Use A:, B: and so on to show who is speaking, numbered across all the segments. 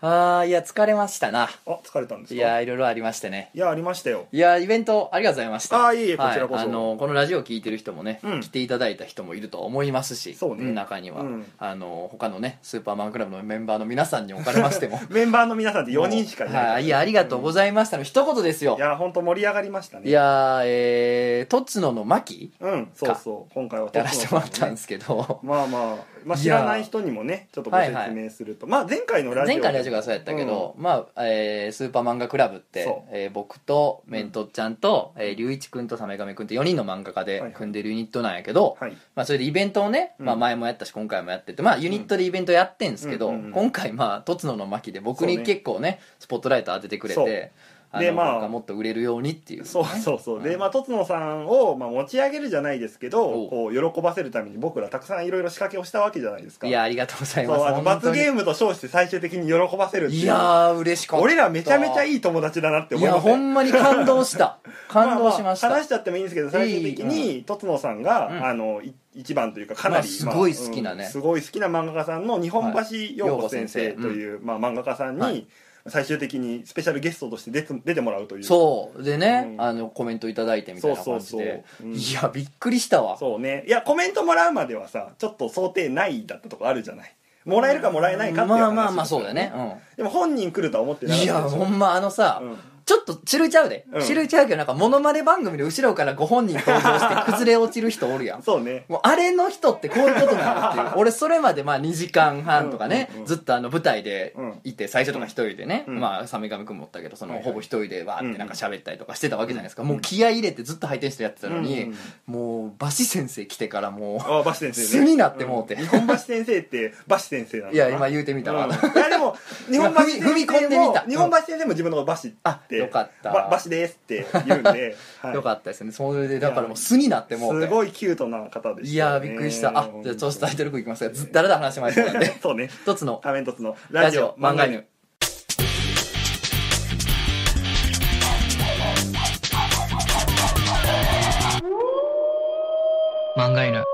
A: ああいや疲れましたな
B: あ疲れたんですか
A: いやーいろいろありましてね
B: いやありましたよ
A: いやーイベントありがとうございました
B: あーいえいえこちらこそ
A: はいあのこのラジオ聞いてる人もね、
B: うん
A: 来ていただいた人もいると思いますし
B: そうね
A: ん中には、
B: うん
A: あの他のねスーパーマンクラブのメンバーの皆さんにおかれましても
B: メンバーの皆さんって4人しかいないから
A: はいいやありがとうございましたの一言ですよ
B: いや本当盛り上がりましたね
A: いやーえー、トツノの巻
B: うんそうそう今回は
A: やらせてもらったんですすけど、
B: まあまあ、ま
A: いや
B: あ、知らない人にもねちょっとご説明すると、まあ前回のラジオ
A: 前回のラジオがそうやったけど、まあえースーパー漫画クラブって
B: そ、う
A: えー僕とメントちゃんと、えー、龍一君とサメガメ君と4人の漫画家
B: はいは
A: で
B: い
A: 組んでるユニットなんやけど、
B: うんはい
A: まあ、それでイベントをね、
B: うん
A: まあ、前もやったし今回もやってて、まあ、ユニットでイベントやってんですけど、
B: うんうんうん
A: 今回まあとつのの巻で僕
B: そう
A: に
B: ね
A: 結構ねスポットライト当ててくれ
B: そう
A: てあ
B: で
A: の、
B: まあ
A: 僕がもっと売れるようにっていう、ね、
B: そうそうそう、
A: う
B: で
A: ん
B: まあとつのさんを、まあ、持ち上げるじゃないですけ
A: お
B: ど
A: う
B: こう喜ばせるために僕らたくさんいろいろ仕掛けをしたわけじゃないですか
A: いやありがとうございま
B: そうあ
A: す
B: の罰ゲ
A: ム
B: ームと称して最終的に喜ばせるっていう
A: いやー嬉しかった
B: 俺らめちゃめちゃ
A: い
B: いい友達だなって
A: い
B: 思い
A: や
B: ま
A: ほ
B: せん
A: んまに感動 した感動しました、
B: ああ話しちゃってもいいんですけど最終的にとつのさんが、
A: うん
B: あのい一番というかかなり、
A: まあすごい好きなね
B: うんすごい好きな漫画家さんの日本橋陽子先生という、まあ、漫画家さんに、
A: はい
B: 最終的にスペシャルゲストとして出て出てもらうという
A: そうでね、
B: うん
A: あのコメントいただいてみたいな感じで
B: そうそうそううん
A: いやびっくりしたわ
B: そうねいやコメントもらうまではさちょっと想定内だったとこあるじゃないもらえるかもらえないかっていう話
A: まあまあまあそうだね、
B: でも本人来るとは思って
A: うん、
B: なかっ
A: い
B: た
A: や
B: でしょ
A: ほんまあのさ、
B: うん
A: ちょっと散るちゃうで、
B: うん
A: 散るちゃうけどなんかモノマネ番組で後ろからご本人登場して崩れ落ちる人おるやん
B: そうね
A: もうあれの人ってこういうことな のっていう俺それまでまあ2時間半とかね、
B: うんうんうん
A: ずっとあの舞台でいて最初とか一人でね、
B: うん
A: まあサメガミ君もおったけどその、
B: はいはい
A: ほぼ一人でわーってなんか喋ったりとかしてたわけじゃないですか、もう気合い入れてずっとハイテンションやってたのに、
B: うんうん
A: もうバシ先生来てからもう
B: あバシ先生
A: 素になってもうて
B: ん日本橋先生ってバシ先生なんだ
A: いや今言うてみたわ、
B: うんいや でも日本橋先生も
A: 踏み込んでみた
B: 日本橋先生も自分のことバシって
A: あよかった
B: ばバシですって言うん で、はい
A: よかったですねそれでだからもう素になってもうて
B: すごいキュートな方で
A: い
B: した
A: や
B: よ
A: ー
B: ね
A: びっくりしたあじゃあ調子タイトルクいきますよず誰だ話しましたんで
B: そうね
A: 一つの
B: 仮面凸の
A: ラ
B: ラ
A: ジ
B: ジ
A: オ
B: オ
A: 漫画犬
C: 漫画犬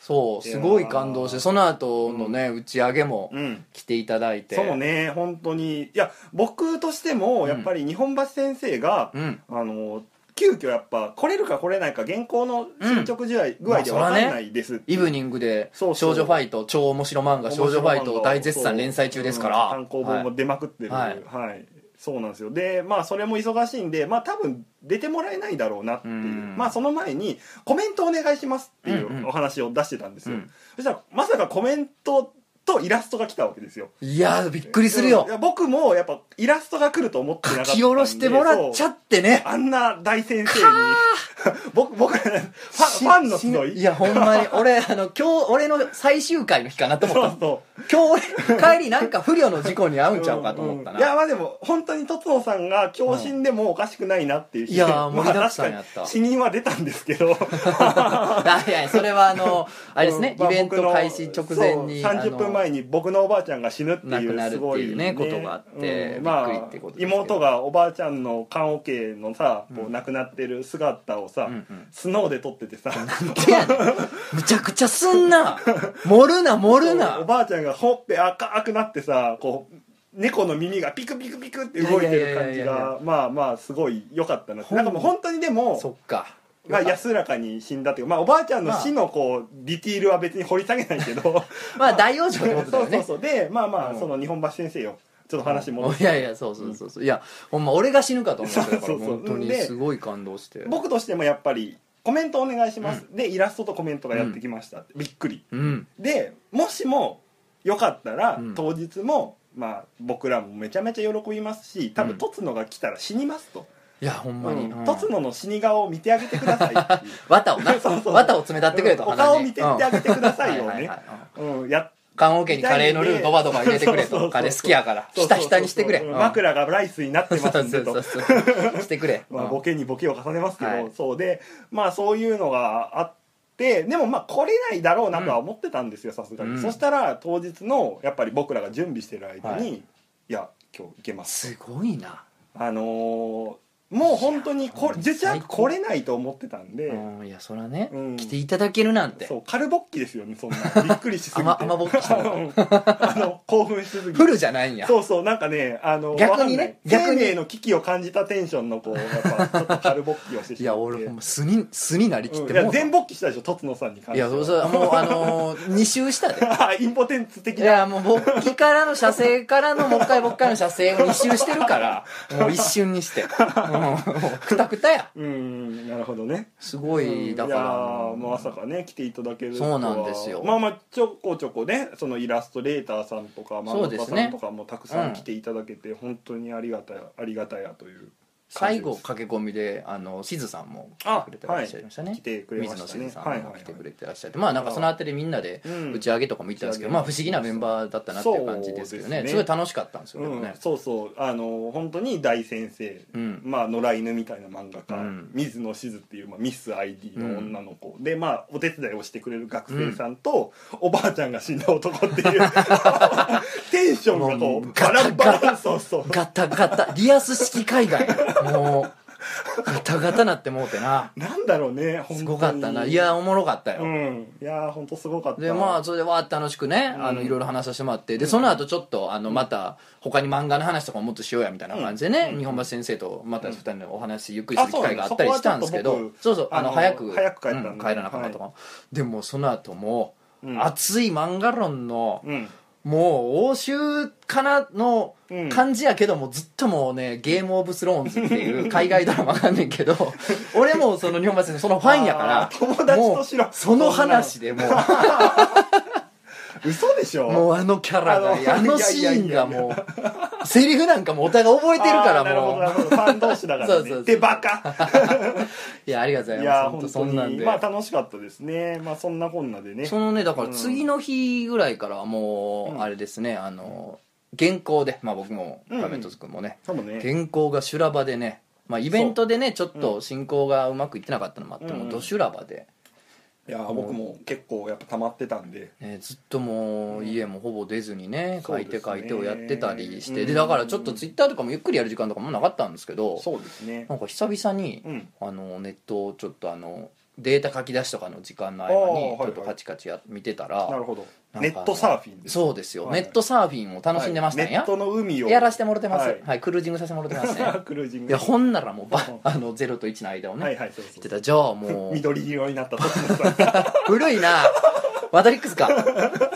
A: そうすごい感動してその後のね打ち上げも
B: うん
A: 来ていただいて
B: そうね本当にいや僕としてもやっぱり日本橋先生が、
A: うん
B: あの急遽やっぱ来れるか来れないか現行の進捗具合,、具合で分かんないですってい
A: イ
B: う
A: ブニングで
B: そうそう
A: 少女ファイト超面白漫画少女ファイトを大絶賛連載中ですから
B: うん単行本も出まくってる
A: は
B: はいい、そうなんですよでまあそれも忙しいんでまあ多分出てもらえないだろうなっていううんまあその前にコメントお願いしますってい
A: うんうん
B: うお話を出してたんですよ、
A: うん
B: そしたらまさかコメントとイラストが来たわけですよ
A: いやーびっくりするよ
B: いや僕もやっぱイラストが来ると思ってなかった
A: 書
B: んで
A: き下ろしてもらっちゃ
B: そう
A: ってね
B: あんな大先生に 僕僕らファンファンの集い
A: いやほんま に俺あの今日俺の最終回の日かなと思った
B: そうそう
A: 今日俺帰りなんか不慮の事故に遭うんちゃうかと思ったな、
B: うんうんいやまあでも本当にとつのさんが強心でもおかしくないなっていう
A: いやー
B: まあ
A: 盛りだくさんやった
B: 確かに死人は出たんですけど
A: あいやいやそれはあ の あれですね、
B: うんまあ
A: イベン
B: 僕
A: ト
B: の
A: 開始直前に
B: そう30分前に僕のおばあちゃんが死ぬって
A: 亡く
B: い
A: な
B: う
A: るってい
B: す
A: う
B: ごい
A: ねことがあって
B: うん
A: びっ
B: ま
A: くり
B: あ
A: ってことですけど
B: 妹がおばあちゃんの棺桶のさこう亡くなってる姿をさ
A: うんうん
B: スノーで撮っててさ
A: てやねんむちゃくちゃすん な盛るな盛る
B: お
A: な
B: ばあちゃんがほっぺ赤くなってさこう猫の耳がピクピクピクって動いてる感
A: いやいやいや
B: じ
A: いやいや
B: がまあまあすごい良かったなって
A: ほん
B: なんかもう本当にでも
A: そっか
B: まあ安らかに死んだっていうかまあおばあちゃんの死のこうディティールは別に掘り下げないけど
A: まあ大往生って
B: そ
A: ことだよ
B: う そう
A: ね
B: そうでまあま
A: うん
B: あその日本橋先生よちょっと話戻って
A: いやいやそうそうそうそういやほんま俺が死ぬかと思ったから
B: そうそうそう
A: 本当に
B: です
A: ごい感動して
B: 僕としてもやっぱりコメントお願いしますでイラストとコメントがやってきましたびっくり
A: うん
B: でもしもよかったら、
A: うん
B: 当日も、まあ、僕らもめちゃめちゃ喜びますし多
A: うん
B: 分とつのが来たら死にますと
A: いやほんまに、
B: うん
A: うん
B: とつのの死に顔を見てあげてくださいっていう
A: 綿をな
B: そうそう
A: 綿を詰め立ってくれと
B: うんお顔を見て
A: 鼻
B: っ
A: に
B: てあげてくださいよ
A: うんは
B: ね
A: ははうん
B: うんやっ
A: 棺桶にカレーのルードバドバ入れてくれ
B: そうそうそ
A: と
B: う
A: カレー好きやから
B: そう
A: ひたひたにしてくれ
B: そうそう
A: うん
B: 枕がライスになってますんでと
A: そうそうそうそう してくれ、
B: まあ、
A: うん
B: ボケにボケを重ねますけど、
A: はい
B: そうでまあそういうのがあってでもまあ来れないだろうなとは思ってたんですよさすがに、
A: うん
B: そしたら当日のやっぱり僕らが準備してる間に、
A: はい
B: い、や今日行けます
A: すごいな
B: あのーもう本当にこ
A: いや
B: ジェチャー
A: 最
B: ク
A: 高
B: 来れないと思ってたんで、
A: うんいやそらね、
B: うん
A: 来ていただけるなんて
B: そうカルボッキですよ ねそんなびっくりしすぎて
A: 雨雨ぼっきしたの
B: うんあの興奮しすぎて
A: フルじゃないんや
B: そうそうなんかねあの
A: 逆にね
B: わかんない
A: 逆に
B: 生命の危機を感じたテンションのこうやっぱちょっとカルボッキをしてしまって
A: いや俺ほんま素に素になりきっ
B: うん
A: て
B: い
A: もう
B: や全勃起したでしょとつのさんに関
A: い
B: して
A: や
B: は
A: そうそうもうあのー、2周したで
B: インポテンツ的
A: い
B: な
A: やもう勃起からの射精からのもう一回勃起からの射精を2周してるからもう一瞬に してもうもうくたくたや
B: うんなるほどね
A: すごいだか
B: いやー
A: ら
B: まさかね来ていただけるとは
A: そうなんですよ
B: まあまあちょこちょこねそのイラストレーターさんとか
A: そうです
B: パ
A: ね
B: さんとかもたくさ
A: うん
B: ん来ていただけて、本当にありがたいありがたやという
A: 最後駆け込みであのしずさんも来てくれてらっしゃいましたね、
B: 来てくれま
A: 水
B: し
A: 野
B: た
A: し
B: ね
A: ずさんも来てくれてらっしゃって、まあなんかそのあたりみんなで
B: うん
A: 打ち上げとかも行ったんですけど、
B: うん
A: まあ不思議なメンバーだったなっていう感じですけど
B: そう
A: ね
B: ですすね
A: ごい楽しかったんですよ、
B: う
A: でも
B: ん
A: ね、
B: そうそうあの本当に大先生、
A: うん
B: まあ、野良犬みたいな漫画家、
A: うん
B: 水野しずっていう、まあ、ミス ID の女の子、で、まあ、お手伝いをしてくれる学生さんと、おばあちゃんが死んだ男って いうテンションが
A: も
B: こ
A: う
B: うバラバラそうそう
A: ガタガタリアス式海外もうガタガタなってもうてな
B: なんだろうね本当に
A: すごかったないやおもろかったよ、
B: うんいやー本当すごかった
A: でまあそれでわーって楽しくね、
B: うん
A: あのいろいろ話させてもらってでその後ちょっとあのまた他に漫画の話とかももっとしようやみたいな感じでね、
B: うん
A: 日本橋先生とまた二人のお話ゆっくり
B: あ
A: する機会があったりしたんですけど
B: そう
A: そう
B: なんです
A: そうあ
B: あ
A: の
B: の
A: 早く
B: 早く帰ったんで
A: うん帰らなあかんなとか、でもその後も、
B: うん
A: 熱い漫画論の、
B: うん
A: もう欧州かなの
B: うん
A: 感じやけども、ずっともうねゲームオブスローンズっていう 海外ドラマがあんねんけど俺もその日本橋先生そのファンやから
B: あー友達としろ
A: もうその話でもう。
B: 嘘でしょ
A: もうあのキャラが
B: あ
A: あ
B: の
A: のシーンがもうセリフなんかもお互い覚えてるから
B: あーなるほどなる
A: もう
B: ほどファン同士だからね
A: そうそうそう
B: でバカ
A: いやありがとうござい
B: い
A: ます
B: やー
A: 本
B: 本
A: 当
B: 当
A: そんなん
B: に
A: で、
B: まあ楽しかったですねまあそんなこんなでね
A: そのねだから
B: うん
A: 次の日ぐらいからはもう
B: う
A: んあれですね、あの原稿でまあ僕も
B: うん
A: カメントズ君もね、
B: 多分ね
A: 原稿が修羅場でねまあイベントでねちょっと進行がうまくいってなかったのもあって、
B: うん
A: もうど修羅場で、
B: いやー僕も結構やっぱ溜まってたんで
A: ね、ずっともう家もほぼ出ずにね、
B: そう
A: 書い
B: です
A: て
B: ね
A: 書いてをやってたりして、
B: うん
A: でだからちょっとツイッターとかもゆっくりやる時間とかもなかったんですけど
B: そうですね
A: なんか久々に、
B: うん
A: あのネットをちょっとあのデータ書き出しとかの時間の合間
B: あーは
A: に
B: い
A: ち
B: はい
A: ょっとカチカチや見てた
B: なる
A: ら
B: ほど
A: なんか
B: ネットサーフィンです
A: そうですよ
B: はい
A: ネットサーフィンを楽しんでましたん
B: はいネ
A: や
B: ットの海を
A: やらしてもろてます
B: はい
A: はいクルージングさせてもろてますね
B: クルージン
A: い
B: グ
A: やほんならもうば
B: うん
A: あの0と1の間を
B: はい
A: ね
B: はいそうそ
A: 言
B: う
A: ってたじゃあ もう
B: 緑色になった時のさ
A: 古いなワタリックスか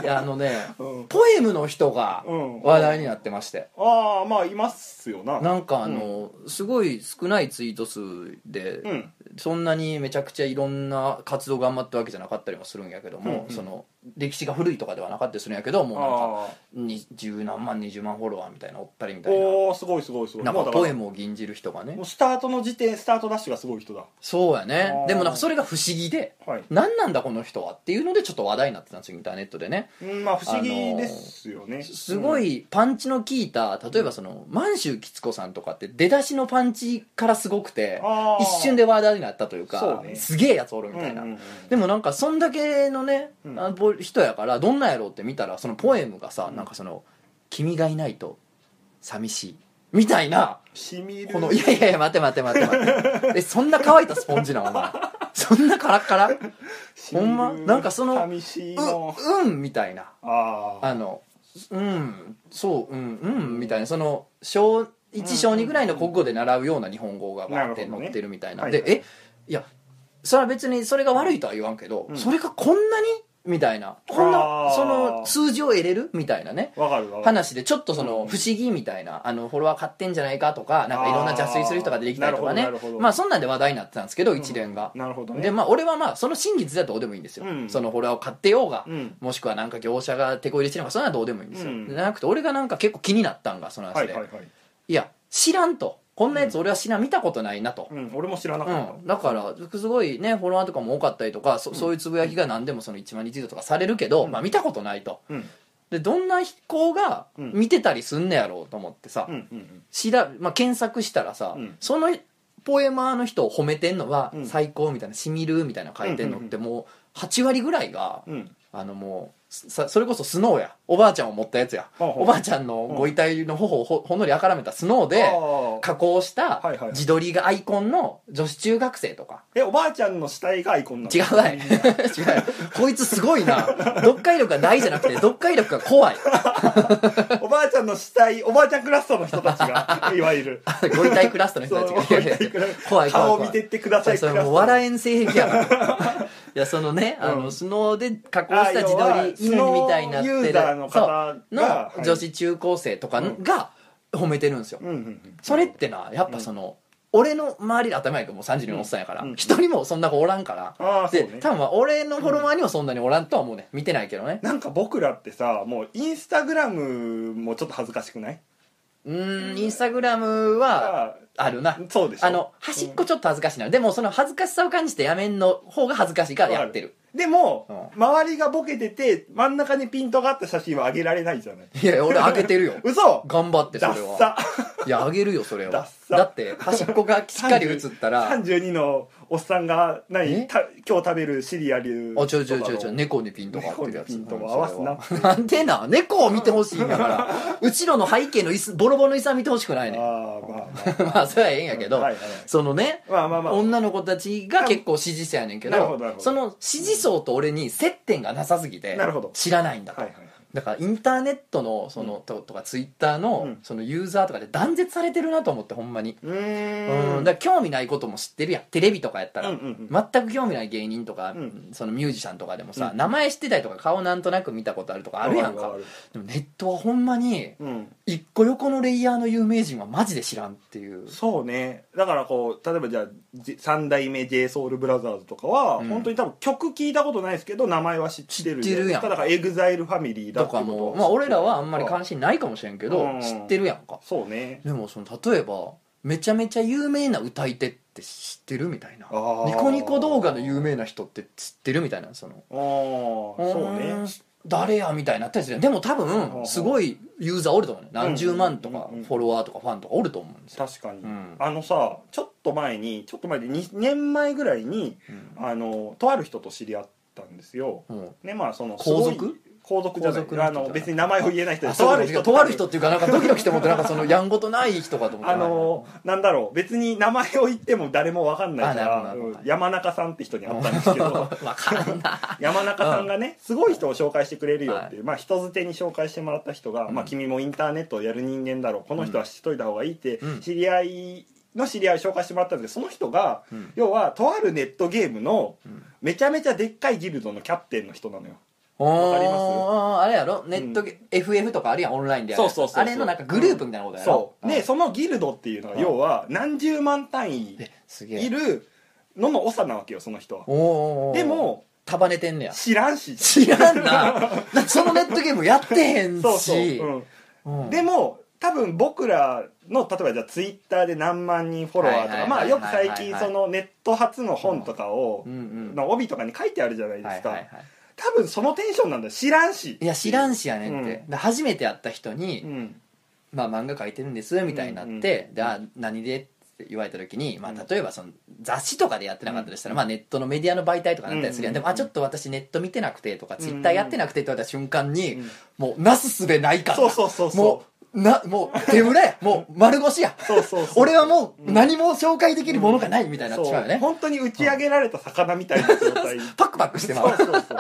A: いやあのね
B: うん
A: ポエムの人が
B: うん
A: 話題になってまして
B: ああまあいますよな
A: なんかあのすごい少ないツイート数で
B: うん
A: そんなにめちゃくちゃいろんな活動頑張ったわけじゃなかったりもするんやけども、
B: うんうん
A: その歴史が古いとかではなかったりするんやけどもうなんか
B: ああ
A: に10何万20万フォロワーみたいなおったりみたいな
B: おおすごいすごいすごい
A: なん
B: もう
A: か
B: だら
A: ポエムを吟じる人がね
B: もうスタートの時点スタートダッシュがすごい人だ
A: そうやね
B: あー
A: でもなんかそれが不思議で
B: はい
A: 何なんだこの人はっていうのでちょっと話題になってたんですよインターネットでね
B: うんまあ不思議ですよね、
A: すごいパンチの効いた例えばその満州きつこさんとかって出だしのパンチからすごくて
B: あー
A: 一瞬で話題になったというか
B: そうね
A: すげえやつおる
B: う
A: み
B: んうん
A: た
B: う
A: い
B: ん
A: なでもなんかそんだけのね、
B: うん
A: あぼ人やからどんなんやろうって見たらそのポエムがさ、
B: うん
A: なんかその「君がいないと寂しい」みたいな
B: しみる
A: この「いやいやいや待て待て待て待て」えそんな乾いたスポンジなお前そんなカラッカラう
B: しみる
A: ほんまなんかその
B: 寂しいの
A: うんみたいな
B: ああ
A: あのうんそううんうんみたいなその小1小2ぐらいの国語で習うような日本語がバーって
B: なるほど
A: 載
B: ね
A: ってるみたいな
B: はい
A: でえいやそれは別にそれが悪いとは言わんけど、
B: うん
A: それがこんなにみたいなこんな
B: あー
A: その数字を得れるみたいなね
B: わかるわかる
A: 話でちょっとその
B: うん
A: 不思議みたいなあのフォロワー買ってんじゃないかとかなんかいろんな邪推する人が出てきたりとか
B: あー
A: ね
B: なるほどなるほど
A: まあそんなんで話題になってたんですけど一連が、
B: なるほどね
A: でまあ俺はまあその真実ではどうでもいいんですよ、
B: うん
A: そのフォロワーを買ってようが、
B: うん
A: もしくはなんか業者が手こ入れしてるのかそれはどうでもいいんですよ、
B: うん
A: じゃなくて俺がなんか結構気になったんがその
B: は
A: 話
B: い
A: で、
B: はい
A: い
B: はい、
A: や知らんとこんなやつ俺は知らん見たことないなと、
B: うん、俺も知らなかった、
A: うん、だからすごいねフォロワーとかも多かったりとかそそういうつぶやきが何でもその1万リツイートとかされるけど、
B: うん
A: まあ、見たことないと
B: うん
A: でどんな子が
B: うん
A: 見てたりすんねやろうと思ってさ、
B: うんうん
A: しらまあ、検索したらさ、
B: うん
A: そのポエマーの人を褒めてんのは
B: うん
A: 最高みたいな、しみるみたいな書いてんのってもう8割ぐらいが
B: うんうん
A: あのもうさそれこそスノーやおばあちゃんを持ったやつや
B: ほうほう
A: おばあちゃんのご遺体の頬をほほんのりあからめたスノーで
B: あー
A: 加工した
B: はいはい
A: 自撮りがアイコンの女子中学生とか
B: えおばあちゃんの死体がアイコンなの
A: 違うわい違う こいつすごいな読解力がないじゃなくて読解力が怖い
B: おばあちゃんの死体おばあちゃんクラストの人たち がいわゆる
A: あご遺体クラストの人たちが
B: そう
A: いやいや
B: ご遺体クラ
A: 怖い怖い怖い
B: 顔を見てってください
A: それ
B: クラス
A: も
B: ト
A: う笑えん性癖やからいやそのねあの、
B: うん
A: スノーで加工した自撮り
B: あ要は
A: 犬みたいになって
B: スノーユー
A: る
B: ザーの方が
A: そうの
B: はい
A: 女子中高生とか
B: うん
A: が褒めてるんですよ、
B: うんうんうん
A: それってなやっぱその、俺の周りで頭やけどもう32のおっさんやから
B: うん
A: 一、人もそんな子おらんから、
B: ああそう
A: で
B: ね
A: 多分俺のフォロワーにもそんなにおらんとは思うね見てないけどね
B: なんか僕らってさもうインスタグラムもちょっと恥ずかしくないう
A: ーんインスタグラムは
B: あ
A: あるな
B: そうでしょ
A: あの端っこちょっと恥ずかしいな、でもその恥ずかしさを感じてやめんの方が恥ずかしいからやってる
B: でも、周りがボケてて真ん中にピントがあった写真は上げられないじゃない
A: いや俺開けてる よ
B: 嘘
A: 頑張ってそ
B: ダ
A: れ
B: ッ
A: は
B: サ
A: いやあげるよそれ
B: ダ
A: は
B: ッサ
A: だって端っこがしっかり映ったら
B: 32のおっさんが
A: え
B: 何た今日食べるシリアル
A: あちょいちょいちょいちょい
B: い
A: 猫にピントが合ってるやつ
B: 猫にピントを合わすな
A: うんそれはなんでな猫を見てほしいんだから 後ろの背景の椅子ボロボロの椅子は見てほしくないねん
B: ああまあま
A: まあそれはええんやけ
B: あ
A: ど
B: はいはい
A: そのね
B: まあまあまあ
A: 女の子たちが結構支持者やねんけ
B: なるほ
A: ど
B: どなるほど
A: その支持層と俺に接点がなさすぎて
B: なるほど
A: 知らないんだと
B: はいはい
A: だからインターネットのそのととかツイッター
B: う
A: の
B: ん
A: そのユーザーとかで断絶されてるなと思ってほんまに
B: う
A: う
B: ー
A: ん
B: ん
A: だから興味ないことも知ってるやんテレビとかやったら
B: うんうん
A: 全く興味ない芸人とか
B: うん
A: そのミュージシャンとかでもさ
B: うん
A: 名前知ってたりとか顔なんとなく見たことあるとかあるやん
B: わ
A: か
B: るわる
A: でもネットはほんまに
B: うん
A: 一個横のレイヤーの有名人はマジで知らんっていう
B: そうねだからこう例えばじゃあじ三代目 j s o u l b r o t h e r s とかは、
A: うん
B: 本当に多分曲聞いたことないですけど名前は知ってる
A: 知ってるやん
B: だから EXILE ファミリー
A: と
B: だって
A: か
B: こと
A: も
B: を
A: まあ俺らはあんまり
B: あ
A: 関心ないかもしれんけど
B: うん
A: 知ってるやんか
B: そうね
A: でもその例えばめちゃめちゃ有名な歌い手って知ってるみたいな
B: あー
A: ニコニコ動画の有名な人って知ってるみたいなその
B: ああそうね
A: 誰やみたいになったりするやんでも多分すごいユーザーおると思うね何十万とか
B: うんうん
A: フォロワーとかファンとかおると思うんですよ、
B: 確かに、
A: うん
B: あのさちょっと前にちょっと前で 2, 年前ぐらいにあのとある人と知り合ったんですよ、
A: うんうん
B: ねまあその
A: 皇族
B: すごい皇族じゃない
A: 皇族の人
B: あ
A: じゃない
B: の別に名前を言えない人
A: あ
B: で
A: そう
B: と
A: か
B: あ
A: い
B: る人
A: やとある人っていうかなんかドキドキして思ってなんかそのやんごとない人かと思って
B: あのなんだろう別に名前を言っても誰もわかんないか
A: あな
B: ら、
A: るほどなるほど
B: うん山中さんって人に会ったんですけど
A: わから んな
B: 山中さんがねすごい人を紹介してくれるよっていう、まあ、人づてに紹介してもらった人が「
A: うん
B: まあ、君もインターネットをやる人間だろうこの人は知っといた方がいい」って、
A: うん
B: 知り合いの知り合いを紹介してもらったんですけどその人が、
A: うん
B: 要はとあるネットゲームの
A: ん
B: めちゃめちゃでっかいギルドのキャプテンの人なのよ。
A: お
B: わかり
A: ーあれやろネットゲ、FF とかあるやんオンラインでやるやつ
B: そうそうそうそう
A: あれのなんかグループみたいなことや
B: そ
A: ろ、
B: うでそのギルドっていうのは要は何十万単位
A: えすげえ
B: いるのの長なわけよその人は。
A: おーおーおー
B: でも
A: 束ねてんねや
B: 知らんし
A: 知ら んななそのネットゲームやってへんし
B: そうそう、うん
A: うん
B: でも多分僕らの例えばじゃあツイッターで何万人フォロワー
A: は
B: と
A: いはいはい
B: かまあよく最
A: はい
B: 近
A: はい
B: そのネット発の本とかを
A: うんうん
B: の帯とかに書いてあるじゃないです
A: はいは
B: か
A: いはい
B: 多分そのテンションなんだよ知らんし
A: いや知らん
B: し、
A: しやねんって、
B: う
A: で初めて会った人に「
B: うん
A: まあ、漫画描いてるんです」みたいになって「であ何で?」って言われた時に、まあ、
B: うん
A: 例えばその雑誌とかでやってなかったとしたら、まあ、ネットのメディアの媒体とかだったりするやん、で
B: うんうんうん
A: も「あちょっと私ネット見てなくて」とか「ツイッターやってなくて」って言われた瞬間に、
B: うん
A: もうなすすべないから
B: そうそうそうそう
A: もうなもう手ぶらやもう丸腰や
B: そうそうそう
A: 俺はもう
B: うん
A: 何も紹介できるものがないみたいになっ
B: そ
A: てしまうよ
B: う
A: ね、
B: 本当に打ち上げられた魚みたいな状態
A: パクパクしてま
B: そう
A: う
B: そうそう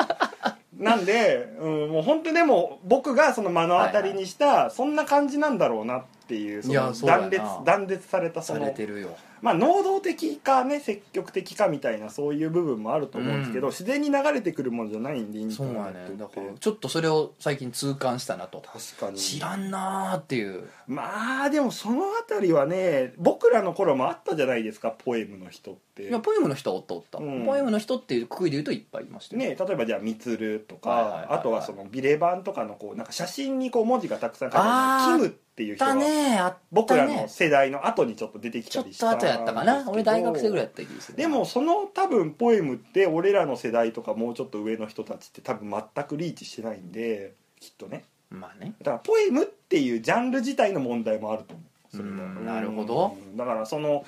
B: なんで、うん、もう本当にでも僕がその目の当たりにしたそんな感じなんだろうなっていうそ
A: いや
B: の
A: そうだよな
B: 断裂断裂されたそ
A: さ
B: の
A: れてるよ
B: まあ、能動的かね積極的かみたいなそういう部分もあると思うんですけど、
A: うん
B: 自然に流れてくるもんじゃないんでインタ
A: そう
B: ーネ
A: や
B: ッ
A: ね
B: ト
A: だ
B: って
A: からちょっとそれを最近痛感したなと
B: 確かに
A: 知らんなーっていう
B: まあでもその辺りはね僕らの頃もあったじゃないですかポエムの人って
A: いや
B: ね
A: ポエムの人はおったおった、
B: うん
A: ポエムの人っていうくくりで言うといっぱいいましたよ
B: 例えばじゃあ「みつる」と
A: はいはいはい
B: か
A: はい
B: あとはそのビレ版とかのこうなんか写真にこう文字がたくさん書いて
A: あ
B: あ
A: ー
B: るキムってい
A: あ
B: う
A: っ
B: 人
A: た
B: が
A: ねあったね
B: 僕らの世代の後にちょっと出てき
A: ちょ
B: た
A: っ
B: りした
A: と後やったかな俺大学生ぐらい
B: い
A: やった気がするな
B: でもその多分ポエムって俺らの世代とかもうちょっと上の人たちって多分全くリーチしてないんできっとね
A: まあね
B: だからポエムっていうジャンル自体の問題もあると思うそれは
A: うんなるほど
B: うんだからその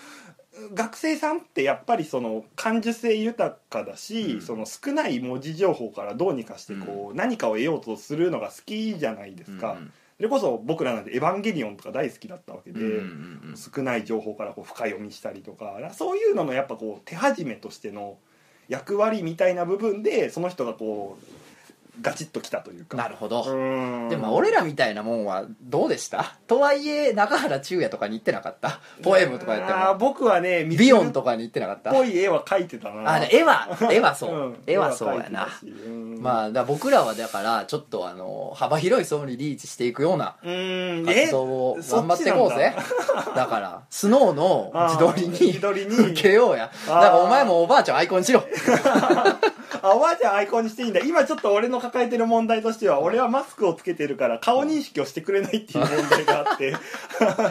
B: 学生さんってやっぱりその感受性豊かだし、
A: うん
B: その少ない文字情報からどうにかしてこう、何かを得ようとするのが好きじゃないですか、
A: うん
B: それこそ僕らなんて「エヴァンゲリオン」とか大好きだったわけで、
A: うんうんうん
B: 少ない情報からこう深読みしたりとかそういうののやっぱこう手始めとしての役割みたいな部分でその人がこうガチッときたという
A: う
B: か
A: んなるほど、
B: うん
A: でもまあ俺らみたいなもんはどうでしたとはいえ中原中也とかに行ってなかったポエムとかやって
B: あー
A: も
B: 僕はね
A: ビヨン
B: と
A: とかに行ってなかった
B: っぽい絵は描いてたな
A: あで絵は絵はそう、
B: うん
A: 絵はそうやな
B: まあ
A: まあだから僕らはだからちょっとあの幅広い層にリーチしていくような
B: うーんえ
A: 活動を
B: そ
A: 頑張
B: ち
A: っていこう
B: なん
A: ぜ
B: だ
A: だからスノーの自撮り
B: あー
A: に
B: 自撮りに
A: 受けようやだか
B: あー
A: らお前もおばあちゃんをアイコンにしろ
B: あおばあちゃんアイコンにしていいんだ今ちょっと俺の抱えてる問題としては俺はマスクをつけてるから顔認識をしてくれないっていう問題があって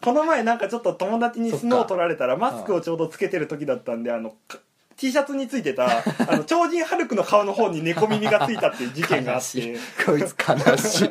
B: この前なんかちょっと友達にス
A: そ
B: ノ
A: っ
B: ー
A: か
B: 取られたらマスクをちょうどつけてる時だったんであのか T シャツについてた あの超人ハルクの顔の方に猫耳がついたっていう事件があ
A: 悲
B: っ
A: しい
B: て
A: こいつ悲しい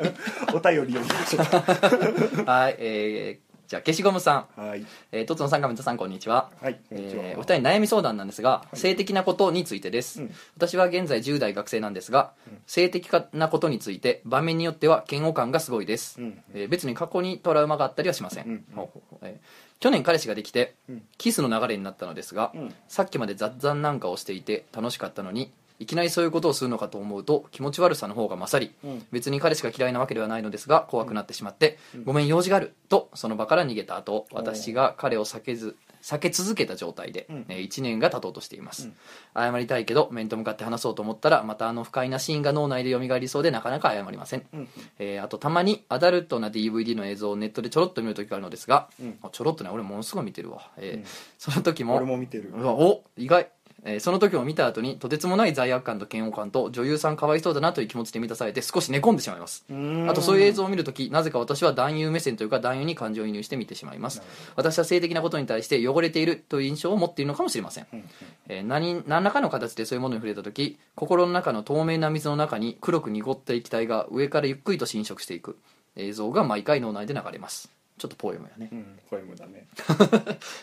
B: お便りを見ましょう
A: はいえー、じゃあ消しゴムさん、
B: はい
A: えー、とつのさんかめたさんこんにちは
B: はいこんにちは、
A: えーお二人に悩み相談なんですが、性的なことについてです、
B: うん
A: 私は現在10代学生なんですが、性的なことについて場面によっては嫌悪感がすごいです、
B: うん
A: えー別に過去にトラウマがあったりはしません、
B: うん
A: ほうほうほうえー去年彼氏ができて、
B: うん
A: キスの流れになったのですが、
B: うん
A: さっきまで雑談なんかをしていて楽しかったのにいきなりそういうことをするのかと思うと気持ち悪さの方が勝り、
B: うん
A: 別に彼氏が嫌いなわけではないのですが怖くなってしまって、ごめん用事があるとその場から逃げた後私が彼を避けず避け続けた状態で、
B: うん
A: えー1年が経とうとしています、
B: うん
A: 謝りたいけど面と向かって話そうと思ったらまたあの不快なシーンが脳内で蘇りそうでなかなか謝りません、
B: うん
A: えーあとたまにアダルトな DVD の映像をネットでちょろっと見る時があるのですが、
B: うん
A: あちょろっとね俺ものすごい見てるわ、えー
B: うん
A: その時も
B: 俺も見てる
A: うわお意外、えーその時も見た後にとてつもない罪悪感と嫌悪感と女優さんかわいそうだなという気持ちで満たされて少し寝込んでしまいますあとそういう映像を見るときなぜか私は男優目線というか男優に感情移入して見てしまいます私は性的なことに対して汚れているという印象を持っているのかもしれません、
B: うんうん
A: えー何何らかの形でそういうものに触れた時心の中の透明な水の中に黒く濁った液体が上からゆっくりと侵食していく映像が毎回脳内で流れますちょっとポエムやね
B: うんこれもだね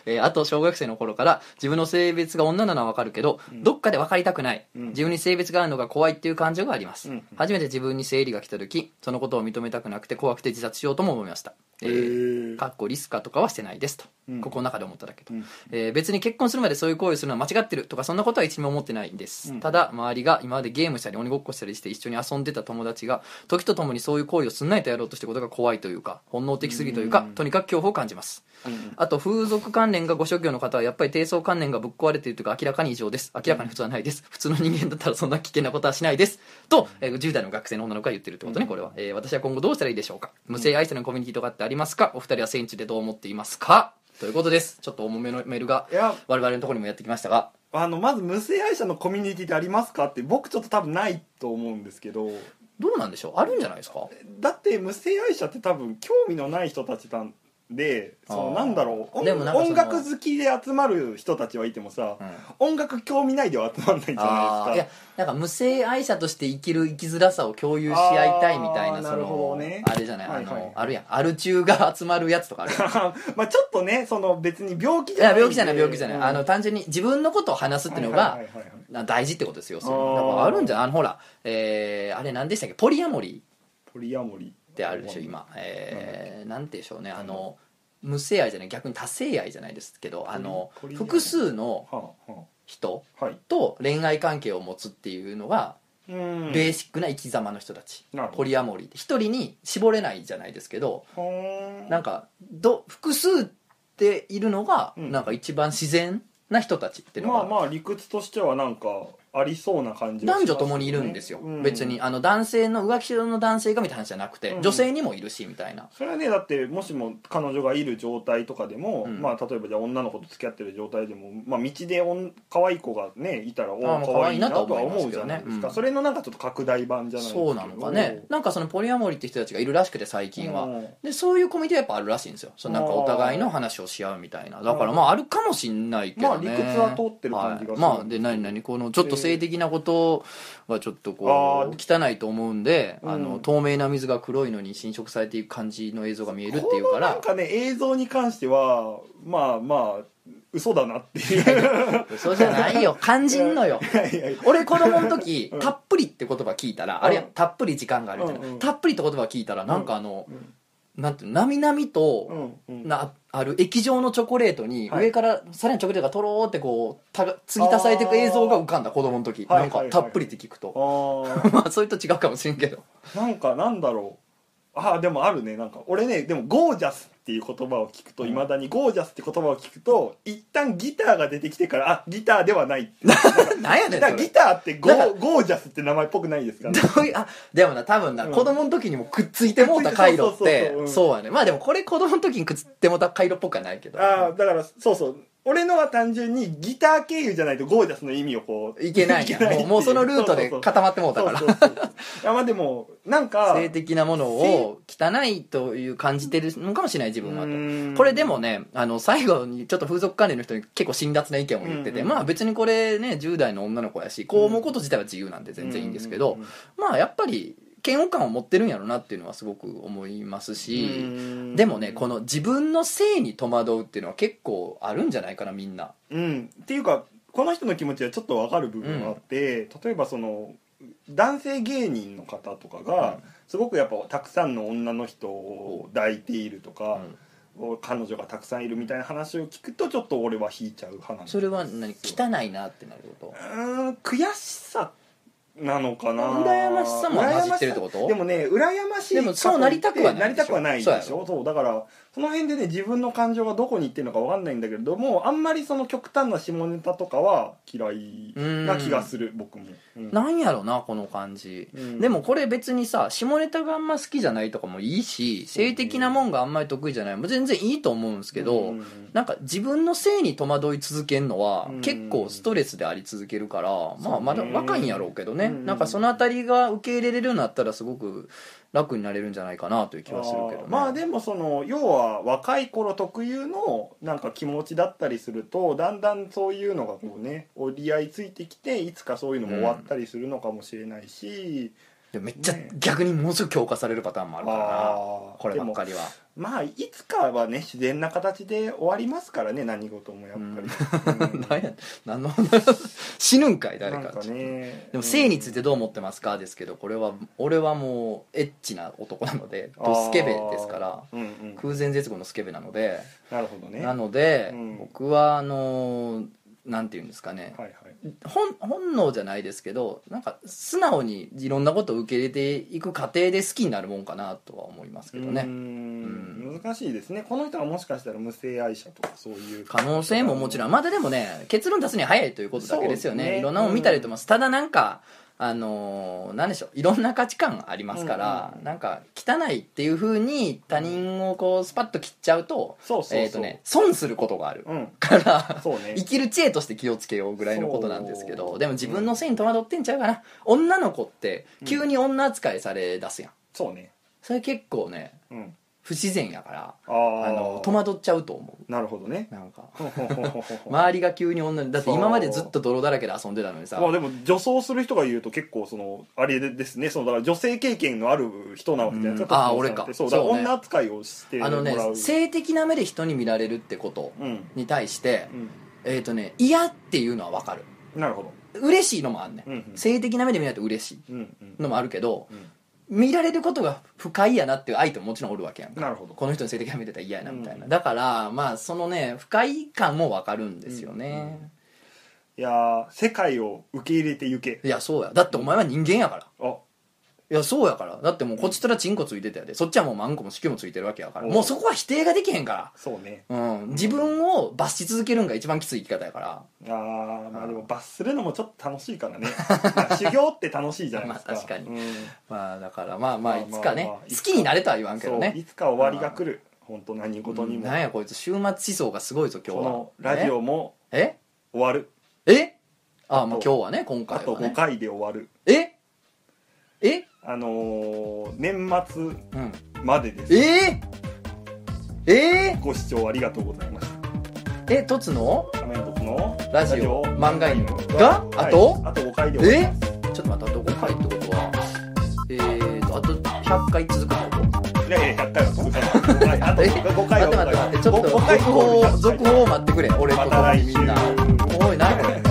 A: えーあと小学生の頃から自分の性別が女なのはわかるけど、どっかで分かりたくない、
B: うん
A: 自分に性別があるのが怖いっていう感情があります、
B: うん
A: 初めて自分に生理が来た時そのことを認めたくなくて怖くて自殺しようとも思いましたえー
B: ー
A: かっこリスカとかはしてないですと、
B: うん
A: ここの中で思っただけと、
B: うん
A: えー別に結婚するまでそういう行為をするのは間違ってるとかそんなことは一ミも思ってないんです、
B: うん
A: ただ周りが今までゲームしたり鬼ごっこしたりして一緒に遊んでた友達が時とともにそういう行為をすんないとやろうとしてることが怖いというか本能的すぎというか、
B: うん
A: とにかく恐怖を感じます
B: うん
A: あと風俗関連がご職業の方はやっぱり低層関連がぶっ壊れているというか明らかに異常です明らかに普通はないです普通の人間だったらそんな危険なことはしないですと、えー10代の学生の女の子が言ってるってことねこれは、えー私は今後どうしたらいいでしょうか無性愛者のコミュニティとかってありますかお二人は戦地でどう思っていますかということですちょっと重めのメールが
B: いや
A: 我々のところにもやってきましたが
B: あのまず無性愛者のコミュニティってありますかって僕ちょっと多分ないと思うんですけど
A: どうなんでしょうあるんじゃないですか
B: だって無性愛者って多分興味のない人たちなんでその
A: あー
B: なんだろう音
A: でもなんかそ
B: 音
A: の
B: 楽好きで集まる人たちはいてもさ、
A: うん
B: 音楽興味ないでは集まんないじゃ
A: あ
B: な
A: ー
B: い
A: い
B: です
A: や
B: か
A: なんか無性愛者として生きる生きづらさを共有し合いたいみたいな
B: あー
A: そ
B: なるほ
A: の
B: どね
A: あれじゃないあ
B: はいはい
A: のあるやんアル中が集まるやつとかあるやん
B: まあちょっとねその別に病気
A: い
B: じゃ
A: や
B: ないんで
A: 病気じゃない病気じゃない、
B: うん
A: あの単純に自分のことを話すっていうのが
B: はいはいはいはい
A: な大事ってことですよ要するに
B: あー
A: だからあるんじゃんあのほら、えー、あれ何でしたっけポリアモリ
B: ポリアモリ
A: ーってあるでしょ今、えー、なんてでしょうねあの無性愛じゃない逆に多性愛じゃないですけどあの
B: ポリポリアモリ
A: 複
B: ー
A: 数の
B: はあは
A: 人
B: あはい
A: と恋愛関係を持つっていうのが
B: うん
A: ベーシックな生き様の人たち、
B: なるほど
A: ポリアモリーって一人に絞れないじゃないですけど
B: ほーん
A: なんかど複数っているのが、
B: うん
A: なんか一番自然な人たちっていうのが、
B: まあまあ理屈としてはなんかありそうな感じはしま
A: 男
B: す
A: 女ともにいるんですよ、
B: うん
A: 別にあの男性の浮気症の男性がみたいな話じゃなくて、
B: うん
A: 女性にもいるしみたいな
B: それはねだってもしも彼女がいる状態とかでも、
A: うん
B: まあ、例えばじゃあ女の子と付き合ってる状態でも、まあ、道でおん可愛い子がねいたらお
A: まあ
B: 可愛いなとは
A: 可愛いなとは思
B: 思う
A: いますけ
B: じ
A: ど
B: ゃ
A: ね
B: ないですか、
A: うん
B: それのなんかちょっと拡大版じゃないですけど
A: そうなのかねなんかそのポリアモリって人たちがいるらしくて最近は、
B: うん
A: でそういうコミュニティはやっぱあるらしいんですよそのなんかお互いの話をし合うみたいなだからまああるかもしんないけどね
B: まあ理屈は通ってる感じがするんですけど
A: はいまあで何々このちょっと性的なことはちょっとこう汚いと思うんで、
B: うん
A: あの透明な水が黒いのに侵食されていく感じの映像が見えるっていうか
B: このなん
A: ら
B: かね映像に関してはまあまあ嘘だなっていう
A: 嘘じゃないよ肝心のよ
B: はい はい
A: 俺子供の時、
B: うん
A: たっぷりって言葉聞いたらあれ
B: うん
A: たっぷり時間があるみたいな、
B: うんうん
A: たっぷりって言葉聞いたらなんかあの、なんていうのなみなみ
B: う
A: と、
B: んうん
A: なある液状のチョコレートに、
B: はい
A: 上からさらにチョコレートがとろーってこうた継ぎ足されていく映像が浮かんだ子供の時、
B: は
A: なん
B: いは
A: か
B: いはい
A: たっぷりって聞くと、
B: あ
A: まあそれと違うかもしれんけど
B: あなんかなんだろうああでもあるねなんか俺ねでも「ゴージャス」っていう言葉を聞くといまだに「ゴージャス」って言葉を聞くと一旦ギターが出てきてからあギターでは ない
A: なんやね
B: だ
A: んそ
B: からギ
A: れ
B: ターってゴ
A: なん
B: ーゴージャスって名前っぽくないですから
A: どういうあでもな多分な、
B: うん
A: 子供の時にもくっついてもうた回路っ
B: そうそうそう
A: て
B: そううん
A: そうやねまあでもこれ子供の時にくっついてもうた回路っぽくはないけど
B: ああだからそうそう俺のは単純にギター経由じゃないとゴージャスの意味をこう
A: いけないんやもうもうそのルートで
B: そう
A: 固まってもうた
B: そう
A: か
B: そう
A: ら
B: そうそうそう いやまあでもなんか
A: 性的なものを汚いという感じてるのかもしれない自分は
B: う
A: と。
B: ーん
A: これでもねあの最後にちょっと風俗関連の人に結構辛辣な意見を言ってて、
B: うんうん
A: まあ別にこれね10代の女の子やしこう思うこと自体は自由なんで全然いいんですけど、
B: う
A: まあやっぱり嫌悪感を持ってるんやろなっていうのはすごく思いますし、
B: ん
A: でもねこの自分の性に戸惑うっていうのは結構あるんじゃないかなみんな。
B: うんっていうかこの人の気持ちはちょっとわかる部分があって、例えばその男性芸人の方とか
A: う
B: が、
A: ん
B: すごくやっぱたくさんの女の人を抱いていると
A: う
B: か、
A: ん
B: 彼女がたくさんいるみたいな話を聞くとちょっと俺は引いちゃう派なんです
A: それは何汚いなってなるこ
B: うーん悔しさなのかな
A: 羨ましさも混じってるってこと
B: 羨ましさでもね羨ましい
A: でもそうなりたくはないでしょ
B: なりたくはないでし
A: そうや
B: ょそうだからその辺でね自分の感情がどこにいってるのかわかんないんだけれどもあんまりその極端な下ネタとかは嫌いな気がする僕も、うん
A: となんやろなこの感じ。
B: うん
A: でもこれ別にさ下ネタがあんま好きじゃないとかもいいし性的なもんがあんまり得意じゃないも全然いいと思うんですけど、
B: うんうん
A: なんか自分の性に戸惑い続けるのは
B: うん
A: 結構ストレスであり続けるから、
B: ね
A: まあまだ若いんやろうけどね、
B: うん
A: なんかその辺りが受け入れれるようになったらすごく楽になれるんじゃないかなという気はするけどね
B: あーまあでもその要は若い頃特有のなんか気持ちだったりするとだんだんそういうのがこうね折り合いついてきていつかそういうのも終わったりするのかもしれないし、
A: でもめっちゃ
B: ね
A: 逆にものすごく強化されるパターンもあるからな
B: あー
A: こればっか
B: でも
A: りは
B: まあいつかはね自然な形で終わりますからね何事もやっぱり、うん
A: 何や何の話 死ぬんかい誰
B: な
A: か
B: んかね
A: でも性についてどう思ってますかですけどこれは俺はもうエッチな男なのでドスケベですから
B: うんうん
A: 空前絶後のスケベなので
B: なるほどね
A: なので、
B: うん
A: 僕はあのーなんて言うんですかね
B: はいはい
A: 本本能じゃないですけどなんか素直にいろんなことを受け入れていく過程で好きになるもんかなとは思いますけど
B: うー
A: ね
B: ん難しいですねこの人はもしかしたら無性愛者とかそういう
A: 可能性ももちろんまだでもね結論出すには早いということだけですよ
B: そう
A: ね
B: ですね
A: いろんなもの見たりと思います、ただなんかあのー、なんでしょういろんな価値観ありますから、
B: うんうん
A: なんか汚いっていうふうに他人をこうスパッと切っちゃうと,、
B: そうそうそう
A: えーとね、損することがある
B: うん
A: から、
B: そうね
A: 生きる知恵として気をつけようぐらいのことなんですけ
B: そ
A: ど
B: う
A: でも自分のせいに戸惑ってんちゃうかな女の子って急に女扱いされ出すやん、
B: そうね
A: それ結構ね
B: うん
A: 不自然やから
B: あー
A: あの戸惑っちゃうと思
B: なるほど ね
A: うなんか
B: ほほほほほま
A: 周りが急に女にだって今までずっと泥だらけで遊んでたのにさ
B: あでも女装する人が言うと結構そのあれですねそのだから女性経験のある人なわけじゃないですか
A: うんあー
B: 達郎さんって
A: 俺か
B: そうだから
A: そうね
B: 女扱いをしても
A: あ
B: らう
A: のね性的な目で人に見られるってこと
B: うん
A: に対して
B: う
A: えっ、とね嫌っていうのは分かる
B: んなるほど
A: 嬉しいのもあんねん、
B: うんうん
A: 性的な目で見られると嬉しい
B: うんうん
A: のもあるけど
B: う
A: 見られることが不快やなっていう相手ももちろんおるわけやんか
B: んなるほど
A: この人の性的な目でたら嫌やなみたいな、
B: うん
A: だからまあそのね不快感も分かるんですよね、
B: いやー世界を受け入れてゆけ
A: いやそうやだってお前は人間やから
B: あ
A: いやそうやからだってもうこっちとらチンコついてたやでそっちはもうマンコも子宮もついてるわけやから
B: うん
A: もうそこは否定ができへんか
B: そうね
A: ら、うん、自分を罰し続けるんが一番きつい生き方やから
B: あーまあでも罰するのもちょっと楽しいからね修行って楽しいじゃないです か
A: まあ確かに
B: うん
A: まあだからまあまあ
B: まあ
A: いつかね
B: まあまあいつ
A: 好
B: か
A: きになれとは言わんけ
B: そ
A: ど
B: う
A: ね
B: いつか終わりが来る本当何事にも
A: なんやこいつ終末思想がすごいぞ今日
B: こ
A: は
B: のラジオも
A: え
B: 終わる
A: ええああもう今日はね今
B: あ
A: 回
B: と
A: は
B: 5
A: ね
B: 回で終わる
A: ええ
B: あのー年
A: うん
B: 末までです
A: えー、え
B: ご視聴ありがとうございました
A: ー、え、とつの
B: 仮面凸の
A: ラジオ漫画犬が
B: はい
A: あと
B: あと5回で終わ
A: え
B: り
A: ちょっと待って、あと5回ってことは、えーと、あと100回続くってこと
B: いやいや100回は続かないはいあと
A: え
B: 5
A: 待
B: 回
A: って待って待ってちょっと
B: 5
A: 続
B: 回
A: 報を続報を待ってくれ俺と
B: また来週
A: みんなおい何これ